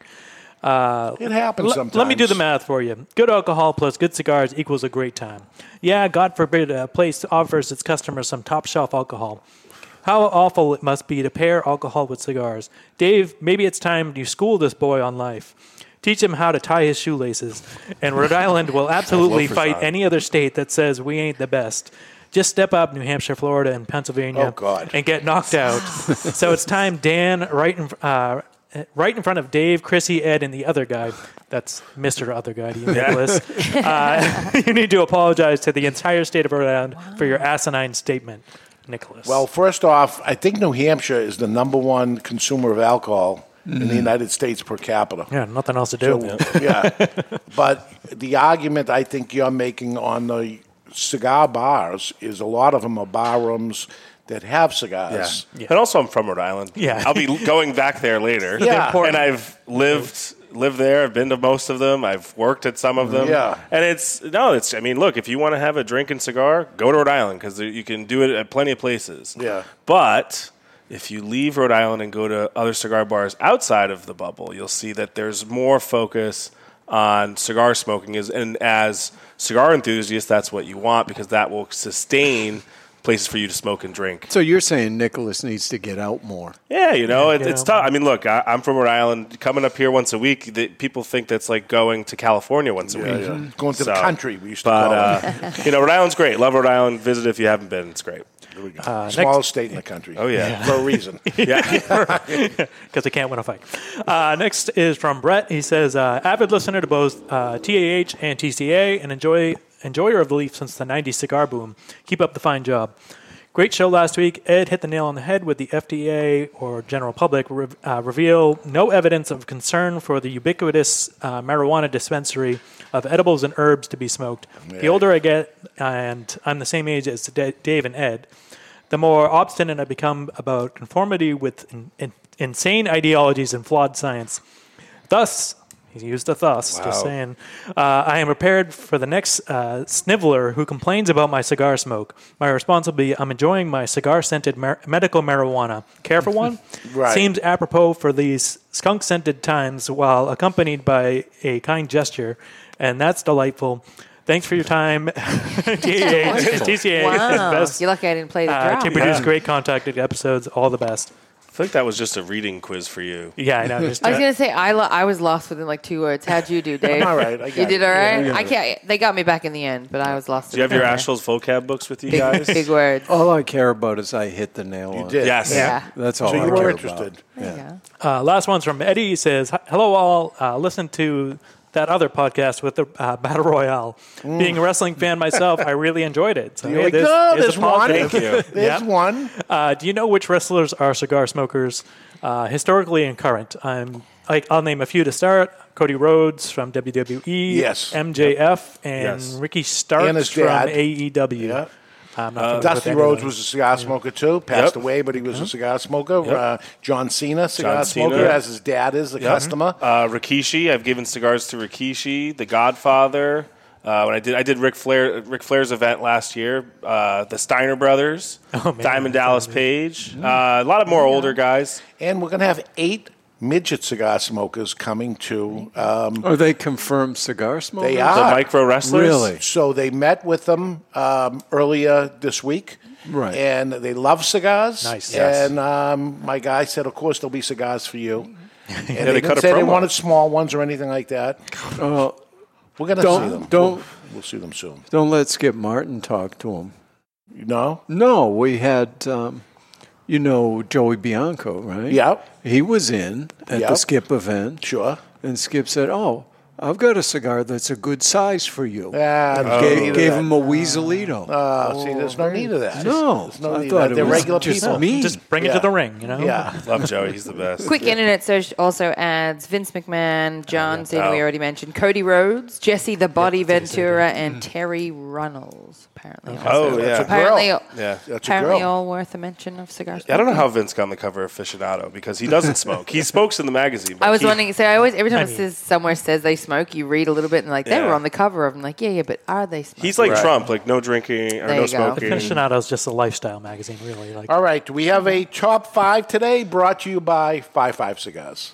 Speaker 2: Uh,
Speaker 4: It happens
Speaker 2: le- Let me do
Speaker 4: sometimes.
Speaker 2: the math for you. Good alcohol plus good cigars equals a great time. Yeah, God forbid a place offers its customers some top shelf alcohol. How awful it must be to pair alcohol with cigars. Dave, maybe it's time you school this boy on life. Teach him how to tie his shoelaces. And Rhode Island will absolutely
Speaker 5: Loafer's
Speaker 2: fight
Speaker 5: on.
Speaker 2: any other state that says we ain't the best. Just step up, New Hampshire, Florida, and Pennsylvania,
Speaker 5: Oh, God.
Speaker 2: and get knocked out. so it's time, Dan, right in, uh, right in front of Dave, Chrissy, Ed, and the other guy. That's Mister Other Guy, to you,
Speaker 5: Yeah.
Speaker 2: Nicholas. uh, you need to apologize to the entire state of Rhode Island for your asinine statement, Nicholas.
Speaker 4: Well, first off, I think New Hampshire is the number one consumer of alcohol in the
Speaker 2: Mhm.
Speaker 4: United States per capita.
Speaker 2: Yeah, nothing else to do.
Speaker 4: So, yeah. But the argument I think you're making on the cigar bars is a lot of them are bar rooms that have cigars.
Speaker 5: Yeah. And also, I'm from Rhode Island.
Speaker 4: Yeah.
Speaker 5: I'll be going back there later.
Speaker 4: Yeah. Important.
Speaker 5: and I've lived lived there. I've been to most of them. I've worked at some of them.
Speaker 4: Yeah.
Speaker 5: and it's no, it's. I mean, look, if you want to have a drink and cigar, go to Rhode Island because you can do it at plenty of places.
Speaker 4: Yeah.
Speaker 5: But if you leave Rhode Island and go to other cigar bars outside of the bubble, you'll see that there's more focus on cigar smoking. Is and as cigar enthusiasts, that's what you want because that will sustain places for you to smoke and drink.
Speaker 3: So you're saying Nicholas needs to get out more.
Speaker 5: Yeah, you know, it,
Speaker 3: Yeah.
Speaker 5: it's tough. I mean, look, I, I'm from Rhode Island. Coming up here once a week, the, people think that's like going to California once a
Speaker 4: Yeah,
Speaker 5: week.
Speaker 4: yeah. Mm-hmm. Going to the country, we used to
Speaker 5: but,
Speaker 4: call it.
Speaker 5: uh, you know, Rhode Island's great. Love Rhode Island. Visit if you haven't been. It's great.
Speaker 4: There we go.
Speaker 2: Uh,
Speaker 4: Smallest
Speaker 2: next-
Speaker 4: state in the country.
Speaker 5: Oh, yeah.
Speaker 4: For a reason.
Speaker 2: yeah, because they can't win a fight. Uh, next is from Brett. He says, uh, avid listener to both uh, TAH and TCA, and enjoy enjoyer of the leaf since the '90s cigar boom. Keep up the fine job. Great show last week. Ed hit the nail on the head with the FDA or general public re- uh, reveal no evidence of concern for the ubiquitous uh, marijuana dispensary of edibles and herbs to be smoked. The older I get, and I'm the same age as Da- Dave and Ed, the more obstinate I become about conformity with in, in, insane ideologies and flawed science. Thus, he used a thus, just
Speaker 5: Wow.
Speaker 2: saying, uh, I am prepared for the next uh, sniveler who complains about my cigar smoke. My response will be, I'm enjoying my cigar scented mar- medical marijuana. Care for one?
Speaker 4: Right.
Speaker 2: Seems apropos for these skunk scented times while accompanied by a kind gesture, and that's delightful. Thanks for your time, TAH and TCA.
Speaker 6: Wow.
Speaker 2: Best
Speaker 6: You're lucky I didn't play the
Speaker 2: uh,
Speaker 6: drop.
Speaker 2: to produce
Speaker 5: Yeah.
Speaker 2: great contacted episodes. All the best.
Speaker 5: I think that was just a reading quiz for you.
Speaker 2: Yeah, I know.
Speaker 6: I was gonna say I lo- I was lost within like two words. How'd you do, Dave?
Speaker 5: I'm all right. I
Speaker 6: you
Speaker 5: got
Speaker 6: did
Speaker 5: it.
Speaker 6: all right.
Speaker 5: Yeah, I got
Speaker 6: I can't. They got me back in the end, but I was lost.
Speaker 5: Do you have your
Speaker 6: within
Speaker 5: Ashles vocab books with you
Speaker 6: Big-
Speaker 5: guys?
Speaker 6: big words.
Speaker 3: All I care about is I hit the nail on. it.
Speaker 5: did. Yes. Yeah.
Speaker 3: That's
Speaker 5: So
Speaker 3: all.
Speaker 5: you
Speaker 3: I
Speaker 5: were
Speaker 3: care
Speaker 5: interested.
Speaker 3: About. Yeah.
Speaker 2: Uh, last one's from Eddie. He says, "Hello, all. Uh, listen to that other podcast with the uh, battle royale.
Speaker 4: Mm.
Speaker 2: Being a wrestling fan myself, I really enjoyed it. So,
Speaker 4: You're
Speaker 2: hey,
Speaker 4: like,
Speaker 2: there's,
Speaker 4: "No,
Speaker 2: there's
Speaker 4: there's
Speaker 2: a positive."
Speaker 4: one. Thank you. There's one.
Speaker 2: Uh, do you know which wrestlers are cigar smokers, uh, historically and current? I'm like, I'll name a few to start. Cody Rhodes from E, WWE.
Speaker 4: Yes.
Speaker 2: MJF and
Speaker 4: Yes.
Speaker 2: Ricky Starks
Speaker 4: his
Speaker 2: from
Speaker 4: dad. Uh,
Speaker 2: AEW. I'm
Speaker 5: Uh,
Speaker 2: not familiar with
Speaker 4: Dusty
Speaker 2: any of
Speaker 4: Rhodes
Speaker 2: them. Uh-huh.
Speaker 4: was a cigar smoker too. Passed
Speaker 2: Yep.
Speaker 4: away, but he was a cigar smoker.
Speaker 5: Yep.
Speaker 4: Uh, John Cena, cigar smoker, as his dad is, the
Speaker 5: Yeah.
Speaker 4: customer.
Speaker 5: Uh, Rikishi, I've given cigars to Rikishi, The Godfather, Uh, when I did, I did Ric Flair, Ric Flair's event last year. Uh, the Steiner Brothers,
Speaker 2: Oh,
Speaker 5: Diamond Dallas Page, uh, a lot of more older guys.
Speaker 4: And we're gonna have eight midget cigar smokers coming to. Um,
Speaker 3: Are they confirmed cigar smokers?
Speaker 4: They are
Speaker 3: The micro wrestlers? Really?
Speaker 4: So they met with them um, earlier this week.
Speaker 3: Right.
Speaker 4: And they love cigars.
Speaker 3: Nice. Yes.
Speaker 4: And um, my guy said, "Of course, there'll be cigars for you." And
Speaker 3: Yeah,
Speaker 4: they,
Speaker 3: they
Speaker 4: didn't
Speaker 3: cut a
Speaker 4: say they
Speaker 3: promo.
Speaker 4: wanted small ones or anything like that.
Speaker 3: Oh,
Speaker 4: We're gonna
Speaker 3: Don't-
Speaker 4: see them.
Speaker 3: don't-
Speaker 4: We'll, we'll see them soon.
Speaker 3: Don't let Skip Martin talk to him.
Speaker 4: No?
Speaker 3: No, we had, um, you know, Joey Bianco, right?
Speaker 4: Yep.
Speaker 3: He was in at the
Speaker 4: Yep.
Speaker 3: Skip event.
Speaker 4: Sure.
Speaker 3: And Skip said, Oh, I've got a cigar that's a good size for you.
Speaker 4: Ah,
Speaker 3: And
Speaker 4: no need
Speaker 3: gave,
Speaker 4: of
Speaker 3: gave
Speaker 4: that.
Speaker 3: him a weaselito.
Speaker 4: Uh, see, there's no need of that.
Speaker 3: Oh, No,
Speaker 4: There's no
Speaker 3: I
Speaker 4: need of
Speaker 3: thought
Speaker 4: that.
Speaker 3: it
Speaker 4: They're
Speaker 3: was
Speaker 4: regular
Speaker 3: just
Speaker 4: people.
Speaker 3: me.
Speaker 2: Just bring it to
Speaker 4: Yeah.
Speaker 2: the ring, you know?
Speaker 4: Yeah.
Speaker 5: Love Joey, he's the best.
Speaker 6: Quick internet search also adds Vince McMahon, John Cena, we
Speaker 5: Oh.
Speaker 6: already mentioned, Cody Rhodes, Jesse the Body Ventura, and Terry Runnels. Apparently,
Speaker 5: Mm. Oh,
Speaker 6: also.
Speaker 5: yeah. That's a
Speaker 6: apparently,
Speaker 5: girl. Yeah. That's a
Speaker 6: apparently
Speaker 5: girl.
Speaker 6: all worth a mention of cigars.
Speaker 5: I don't know how Vince got on the cover of Aficionado because he doesn't smoke. he smokes in the magazine. but
Speaker 6: I was
Speaker 5: he-
Speaker 6: wondering. So I always, every time
Speaker 5: I
Speaker 6: it
Speaker 5: mean-
Speaker 6: says somewhere says they smoke, you read a little bit and like they
Speaker 5: Yeah.
Speaker 6: were on the cover of. them. like, yeah, yeah, but are they? Smoking?
Speaker 5: He's like Trump, like no drinking or
Speaker 6: There
Speaker 5: no
Speaker 6: you go.
Speaker 5: smoking.
Speaker 2: Aficionado is just a lifestyle magazine, really. Like,
Speaker 4: All right, we have a top five today brought to you by Five Five Cigars.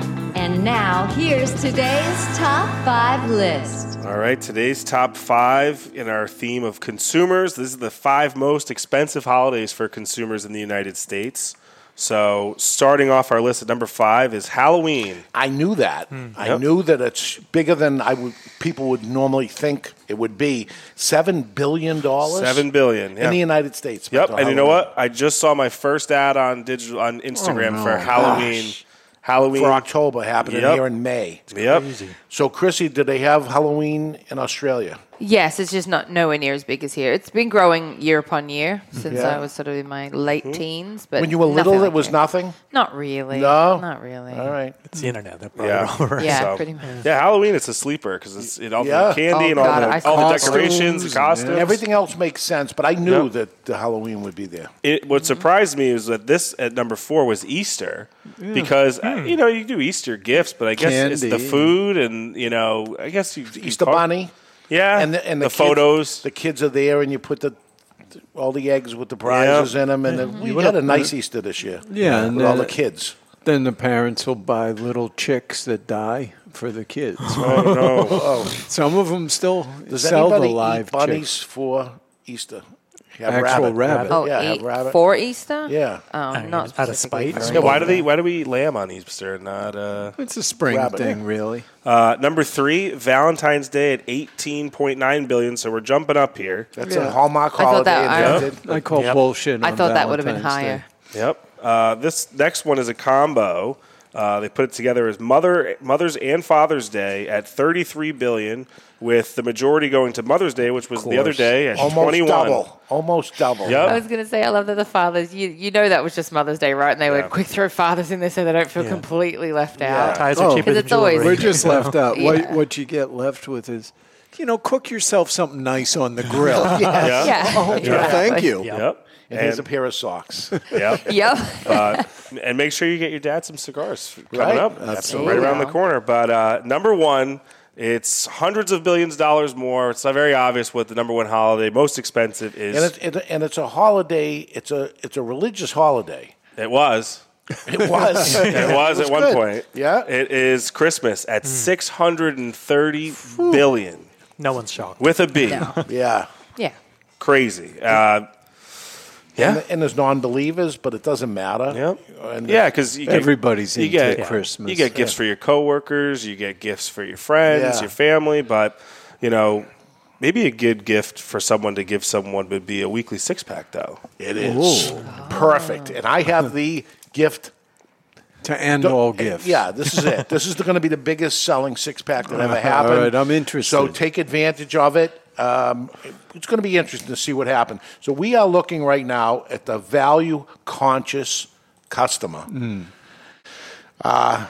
Speaker 10: And now, here's today's top five list.
Speaker 5: All right, today's top five in our theme of consumers. This is the five most expensive holidays for consumers in the United States. So, starting off our list at number five is Halloween.
Speaker 4: I knew that.
Speaker 2: Hmm.
Speaker 4: I
Speaker 5: Hmm, Yep.
Speaker 4: knew that it's bigger than I would people would normally think it would be. Seven billion dollars.
Speaker 5: Seven billion yeah.
Speaker 4: in the United States.
Speaker 5: Yep,
Speaker 4: Mental
Speaker 5: and you know
Speaker 4: Health.
Speaker 5: what? I just saw my first ad on digital on Instagram
Speaker 4: Oh, no.
Speaker 5: for Halloween.
Speaker 4: Gosh.
Speaker 5: Halloween
Speaker 4: for October happening
Speaker 5: Yep.
Speaker 4: here in May.
Speaker 5: Yep.
Speaker 4: So, Chrissy, do they have Halloween in Australia?
Speaker 6: Yes, it's just not nowhere near as big as here. It's been growing year upon year since
Speaker 4: Yeah.
Speaker 6: I was sort of in my late teens. But
Speaker 4: Mm-hmm. when you were little,
Speaker 6: nothing
Speaker 4: it
Speaker 6: like
Speaker 4: was
Speaker 6: here.
Speaker 4: nothing.
Speaker 6: Not really.
Speaker 4: No?
Speaker 6: not really.
Speaker 4: All right.
Speaker 2: It's the internet. That probably
Speaker 5: Yeah,
Speaker 6: Yeah, pretty much.
Speaker 5: Yeah, Halloween it's a sleeper because it's it, all
Speaker 4: Yeah.
Speaker 5: the candy
Speaker 4: Oh,
Speaker 5: and all
Speaker 4: God,
Speaker 5: the,
Speaker 4: I
Speaker 5: all the
Speaker 4: saw that.
Speaker 5: decorations, and costumes,
Speaker 4: Everything else makes sense, but I knew
Speaker 5: Yep.
Speaker 4: that the Halloween would be there.
Speaker 5: It, what surprised me was that this at number four was Easter because uh, you know you do Easter gifts, but I guess it's the
Speaker 4: Candy.
Speaker 5: food and you know I guess you you
Speaker 4: Easter
Speaker 5: call-
Speaker 4: Bunny.
Speaker 5: yeah,
Speaker 4: and the, and the,
Speaker 5: the
Speaker 4: kids-
Speaker 5: photos.
Speaker 4: The kids are there, and you put the all the eggs with the prizes in 'em in them, and
Speaker 3: You
Speaker 4: we
Speaker 3: would've
Speaker 4: had a nice
Speaker 3: put-
Speaker 4: Easter this year.
Speaker 3: Mm-hmm. Yeah, and
Speaker 4: with all
Speaker 3: uh,
Speaker 4: the kids.
Speaker 3: Then the parents will buy little chicks that die for the kids.
Speaker 4: Oh,
Speaker 3: right?
Speaker 4: no. Oh.
Speaker 3: Some of them still
Speaker 4: Does
Speaker 3: sell the
Speaker 4: anybody
Speaker 3: live
Speaker 4: eat bunnies
Speaker 3: chicks.
Speaker 4: for Easter?
Speaker 3: Actual rabbit.
Speaker 6: Oh,
Speaker 4: yeah,
Speaker 6: eat
Speaker 4: have rabbit.
Speaker 6: for Easter?
Speaker 4: Yeah.
Speaker 6: Oh,
Speaker 4: I mean,
Speaker 6: not
Speaker 4: out of
Speaker 6: specifically
Speaker 4: spite.
Speaker 6: for
Speaker 5: Yeah, why
Speaker 6: Easter.
Speaker 5: do they? Why do we eat lamb on Easter and not? Uh,
Speaker 3: it's a spring thing, really.
Speaker 5: Uh, number three, Valentine's Day at eighteen point nine billion. So we're jumping up here.
Speaker 4: That's a Yeah. Hallmark I thought that- holiday I- invented. I call bullshit I on thought that would've been Valentine's
Speaker 5: Yep. Uh, this next one is a combo. Uh, they put it together as Mother, Mother's and Father's Day at thirty three billion, with the majority going to Mother's Day, which was the other day at
Speaker 4: almost
Speaker 5: twenty one.
Speaker 4: double, almost double.
Speaker 5: Yep.
Speaker 6: I was going to say, I love that the fathers, you, you know, that was just Mother's Day, right? And they
Speaker 5: Yeah.
Speaker 6: would quick throw fathers in there so they don't feel completely left out.
Speaker 3: Oh,
Speaker 6: 'Cause it's always,
Speaker 3: We're just left out. What,
Speaker 6: Yeah.
Speaker 3: what you get left with is, you know, cook yourself something nice on the grill.
Speaker 4: Yes.
Speaker 6: Yeah. Yeah.
Speaker 3: Oh,
Speaker 6: Yeah.
Speaker 3: Thank you.
Speaker 5: Yep.
Speaker 4: And here's a pair of socks.
Speaker 5: Yep.
Speaker 6: Yep.
Speaker 5: uh, and make sure you get your dad some cigars coming
Speaker 4: Right.
Speaker 5: up.
Speaker 4: Absolutely.
Speaker 5: Right around the corner. But uh, number one, it's hundreds of billions of dollars more. It's not very obvious what the number one holiday most expensive is.
Speaker 4: And it's it, and it's a holiday. It's a it's a religious holiday.
Speaker 5: It was.
Speaker 4: It was.
Speaker 5: it
Speaker 4: It
Speaker 5: was
Speaker 4: was
Speaker 5: at one
Speaker 4: good. Hmm.
Speaker 5: point. Yeah. It is Christmas at six hundred and thirty billion
Speaker 2: No one's shocked.
Speaker 5: with a B.
Speaker 4: Yeah.
Speaker 6: Yeah.
Speaker 5: Crazy. Uh, yeah.
Speaker 4: And, and there's non-believers, but it doesn't matter. And
Speaker 5: yeah, because
Speaker 3: Everybody's
Speaker 5: you
Speaker 3: into
Speaker 5: get,
Speaker 3: Christmas.
Speaker 5: You get gifts
Speaker 3: Yeah.
Speaker 5: for your coworkers, you get gifts for your friends,
Speaker 3: Yeah.
Speaker 5: your family, but you know, maybe a good gift for someone to give someone would be a weekly six pack, though.
Speaker 4: It is
Speaker 3: Oh.
Speaker 4: perfect. And I have the gift
Speaker 3: to end
Speaker 4: Don't-
Speaker 3: all gifts.
Speaker 4: Yeah, this is it. this is going to be the biggest selling six pack that ever
Speaker 3: All
Speaker 4: happened.
Speaker 3: right, I'm interested.
Speaker 4: So take advantage of it. um, it's going to be interesting to see what happens. So we are looking right now at the value conscious customer.
Speaker 3: Mm.
Speaker 4: Uh,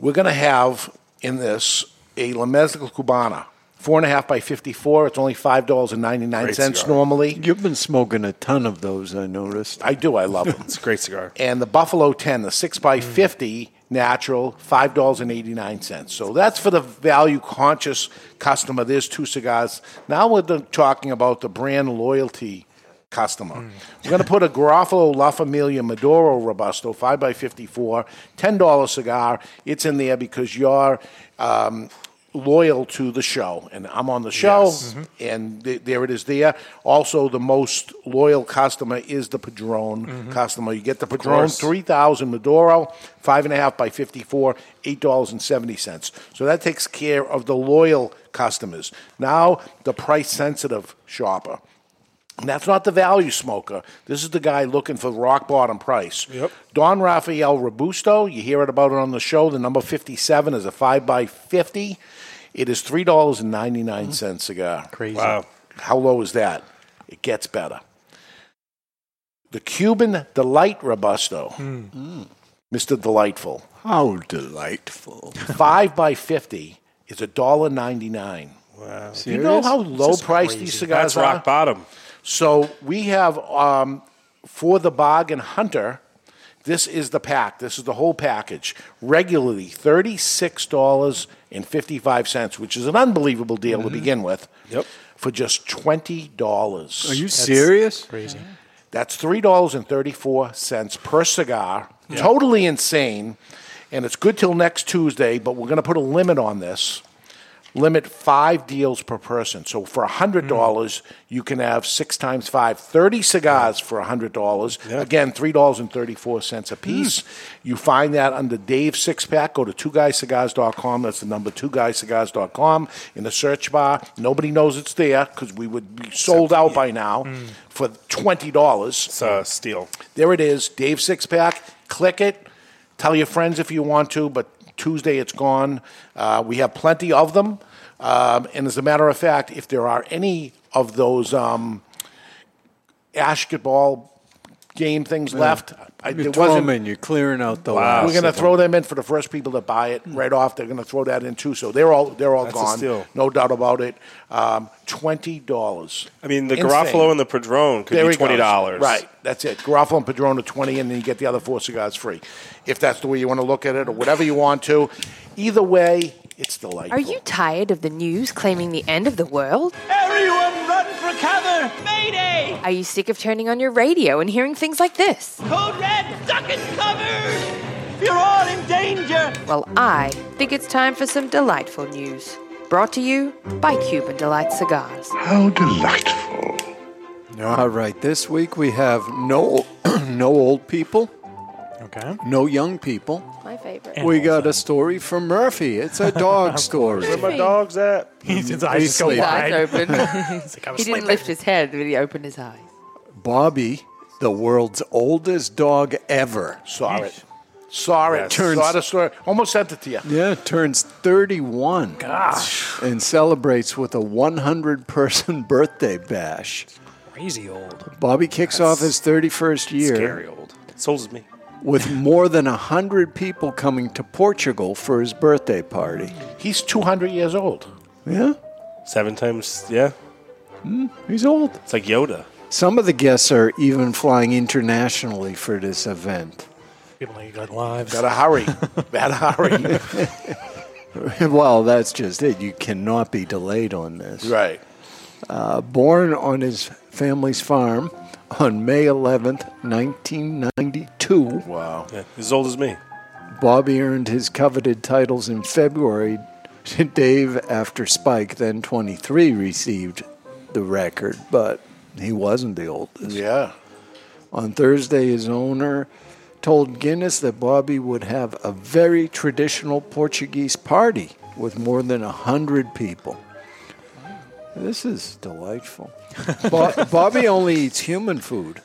Speaker 4: we're going to have in this a La Mezcla Cubana, four and a half by fifty-four. It's only five dollars and ninety-nine
Speaker 3: Great
Speaker 4: cents
Speaker 3: cigar.
Speaker 4: normally.
Speaker 3: You've been smoking a ton of those, I noticed.
Speaker 4: I do. I love them.
Speaker 5: it's a great cigar.
Speaker 4: And the Buffalo Ten, the six by fifty natural, five dollars and eighty-nine cents. So that's for the value-conscious customer. There's two cigars. Now we're the- talking about the brand loyalty customer. We're going to put a Garofalo La Familia Maduro Robusto, 5x54, $10 cigar. It's in there because you're um, loyal to the show. And I'm on the show,
Speaker 5: Yes. Mhm.
Speaker 4: and th- there it is there. Also, the most loyal customer is the Padron customer. You get the Padron
Speaker 5: course.
Speaker 4: 3000 Maduro, 5.5 by 54, $8.70. So that takes care of the loyal customers. Now, the price sensitive shopper. And that's not the value smoker. This is the guy looking for rock bottom price. Yep. Don Rafael Robusto, you hear it about it on the show. The number 57 is a 5 by 50 It is $3.99 cigar. Crazy.
Speaker 5: Wow.
Speaker 4: How low is that? It gets better. The Cuban Delight Robusto.
Speaker 5: Hmm.
Speaker 4: Mr. Delightful.
Speaker 3: How delightful.
Speaker 4: 5 by 50 is $1.99.
Speaker 5: Wow.
Speaker 4: Do You know
Speaker 5: Serious?
Speaker 4: how
Speaker 5: This
Speaker 4: low
Speaker 5: is
Speaker 4: priced
Speaker 5: crazy.
Speaker 4: these cigars
Speaker 5: That's
Speaker 4: are?
Speaker 5: rock bottom.
Speaker 4: So we have um, for the bargain hunter. This is the pack. This is the whole package. Regularly thirty six dollars and fifty five cents, which is an unbelievable deal
Speaker 5: Mm-hmm.
Speaker 4: to begin with. Yep. For just twenty dollars.
Speaker 3: Are you serious?
Speaker 4: Crazy. That's three dollars and thirty four cents per cigar. Totally insane. And it's good till next Tuesday, but we're going to put a limit on this limit five deals per person. So for $100,
Speaker 5: Mm.
Speaker 4: you can have six times five, 30 cigars for $100. Again, $3.34 a
Speaker 5: Mm.
Speaker 4: piece. You find that under Dave's six pack. Go to twoguyscigars.com. That's the number twoguyscigars.com in the search bar. Nobody knows it's there because we would be sold out by now for $20. It's
Speaker 5: Mm. a steal.
Speaker 4: There it is, Dave's six pack. Click it. Tell your friends if you want to, but Tuesday it's gone. Uh, we have plenty of them. Um, and as a matter of fact, if there are any of those um, basketball game things left, I,
Speaker 3: you're
Speaker 4: there
Speaker 3: throwing
Speaker 4: wasn't.
Speaker 3: 'em in, You're clearing out the
Speaker 4: uh, We're going to throw them in for the first people that buy it right off. They're going to throw that in too. So they're all they're all
Speaker 5: That's a
Speaker 4: gone.
Speaker 5: steal.
Speaker 4: No doubt about it. Um, Twenty dollars.
Speaker 5: I mean, the Garofalo and the Padron could be
Speaker 4: he goes.
Speaker 5: twenty dollars.
Speaker 4: Right, that's it. Garofalo and Padron are twenty, and then you get the other four cigars free, if that's the way you want to look at it, or whatever you want to. Either way, it's delightful.
Speaker 6: Are you tired of the news claiming the end of the world?
Speaker 11: Everyone run for cover! Mayday!
Speaker 6: Are you sick of turning on your radio and hearing things like this?
Speaker 11: Code red, duck in covers! You're all in danger!
Speaker 6: Well, I think it's time for some delightful news. Brought to you by Cuban Delight Cigars.
Speaker 3: How delightful. All right, this week we have no no old people.
Speaker 2: Okay.
Speaker 3: No young people.
Speaker 6: My favorite.
Speaker 3: we got a story from Murphy. It's a dog story.
Speaker 5: Where my dogs at?
Speaker 3: His eyes just go
Speaker 6: His eyes
Speaker 3: wide.
Speaker 6: open.
Speaker 3: He's like, "I was
Speaker 6: he didn't
Speaker 3: sleeping."
Speaker 6: lift his head, but he opened his eyes.
Speaker 3: Bobby, the world's oldest dog ever.
Speaker 4: Saw it. Saw it. Saw the story. Almost sent it to you.
Speaker 3: Yeah, turns 31.
Speaker 4: Gosh.
Speaker 3: And celebrates with a 100 person birthday bash.
Speaker 2: Crazy old.
Speaker 3: Bobby kicks off his 31st year.
Speaker 5: Scary old. So does me.
Speaker 3: with more than 100 people coming to Portugal for his birthday party.
Speaker 4: He's 200 years old.
Speaker 3: Yeah? Hmm,
Speaker 5: Seven times. Yeah.
Speaker 3: he's old.
Speaker 5: It's like Yoda.
Speaker 3: Some of the guests are even flying internationally for this event.
Speaker 2: People ain't got lives.
Speaker 4: Gotta hurry. Gotta hurry.
Speaker 3: well, that's just it. You cannot be delayed on this.
Speaker 4: Right.
Speaker 3: Uh, born on his family's farm on May 11th, 1992.
Speaker 4: Wow.
Speaker 5: Yeah. He's as old as me.
Speaker 3: Bobby earned his coveted titles in February. Dave, after Spike, then 23, received the record, but he wasn't the oldest.
Speaker 4: Yeah.
Speaker 3: On Thursday, his owner told Guinness that Bobby would have a very traditional Portuguese party with more than 100 people. This is delightful. Bo- Bobby only eats human food.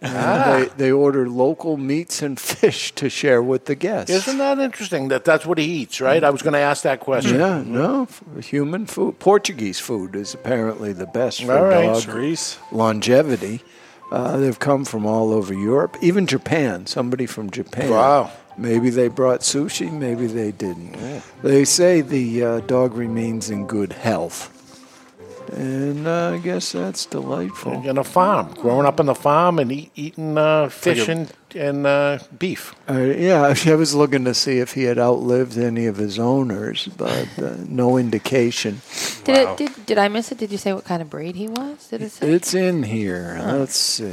Speaker 3: And
Speaker 4: Ah.
Speaker 3: they, they order local meats and fish to share with the guests.
Speaker 4: Isn't that interesting that that's what he eats, right? I was going to ask that question.
Speaker 3: Yeah, no, f- human food. Portuguese food is apparently the best for
Speaker 4: All right,
Speaker 3: dog
Speaker 4: Greece.
Speaker 3: longevity. Uh, they've come from all over Europe, even Japan. Somebody from Japan. Wow. Maybe they brought sushi, maybe they didn't. They say the uh, dog remains in good health. And uh, I guess that's delightful.
Speaker 4: In a farm, growing up on the farm and eat, eating uh, fish
Speaker 3: Like a-
Speaker 4: and, and uh, beef.
Speaker 3: Uh, yeah, I was looking to see if he had outlived any of his owners, but uh, no indication.
Speaker 6: Did, it, did did I miss it? Did you say what kind of breed he was? Did it say?
Speaker 3: It's in here.
Speaker 6: Huh.
Speaker 3: Let's see.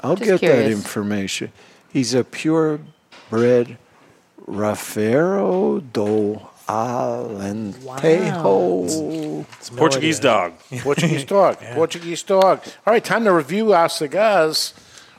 Speaker 3: I'll
Speaker 6: Just
Speaker 3: get that
Speaker 6: curious.
Speaker 3: information. He's a purebred Rafaero do Alentejo.
Speaker 4: It's
Speaker 5: a Portuguese dog.
Speaker 4: Portuguese dog. Portuguese dog. All right, time to review our cigars.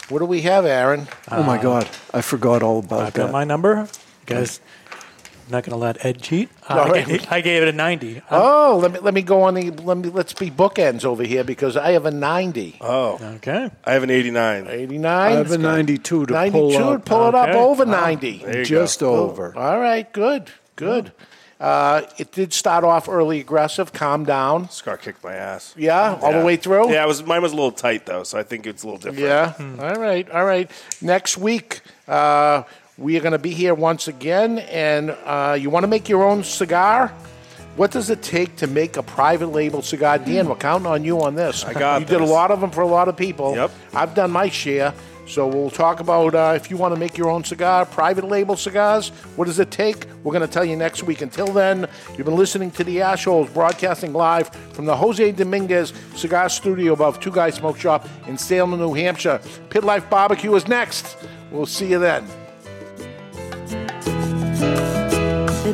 Speaker 4: What do we have, Aaron?
Speaker 3: oh my God! I forgot all about
Speaker 2: I've
Speaker 3: that.
Speaker 2: got my number. You guys, I'm not going to let Ed cheat. Uh,
Speaker 4: All
Speaker 2: I,
Speaker 4: right.
Speaker 2: gave, I gave it a 90.
Speaker 4: Oh, let me let me go on the let me let's be bookends over here because I have a ninety.
Speaker 5: Oh,
Speaker 2: okay.
Speaker 5: I have an 89.
Speaker 4: 89.
Speaker 3: I have a 92 to
Speaker 4: 92
Speaker 3: pull up.
Speaker 4: to pull it up
Speaker 3: Okay.
Speaker 4: over
Speaker 3: Wow.
Speaker 4: 90.
Speaker 3: There you Just go. over.
Speaker 4: All right, good, good. Uh, it did start off early aggressive. Calm down.
Speaker 5: Scar kicked my ass.
Speaker 4: Yeah, all the way through.
Speaker 5: Yeah, it was mine was a little tight though, so I think it's a little different.
Speaker 4: Yeah. All right. All right. Next week, uh, we are going to be here once again. And uh, you want to make your own cigar? What does it take to make a private label cigar? Dan, we're counting on you on this. I
Speaker 5: got
Speaker 4: You did a
Speaker 5: this.
Speaker 4: lot of them for a lot of people. Yep. I've done my share. So we'll talk about uh, if you want to make your own cigar, private label cigars. What does it take? We're going to tell you next week. Until then, you've been listening to the Ashholes broadcasting live from the Jose Dominguez Cigar Studio above Two Guys Smoke Shop in Salem, New Hampshire. Pit Life Barbecue is next. We'll see you then.
Speaker 12: The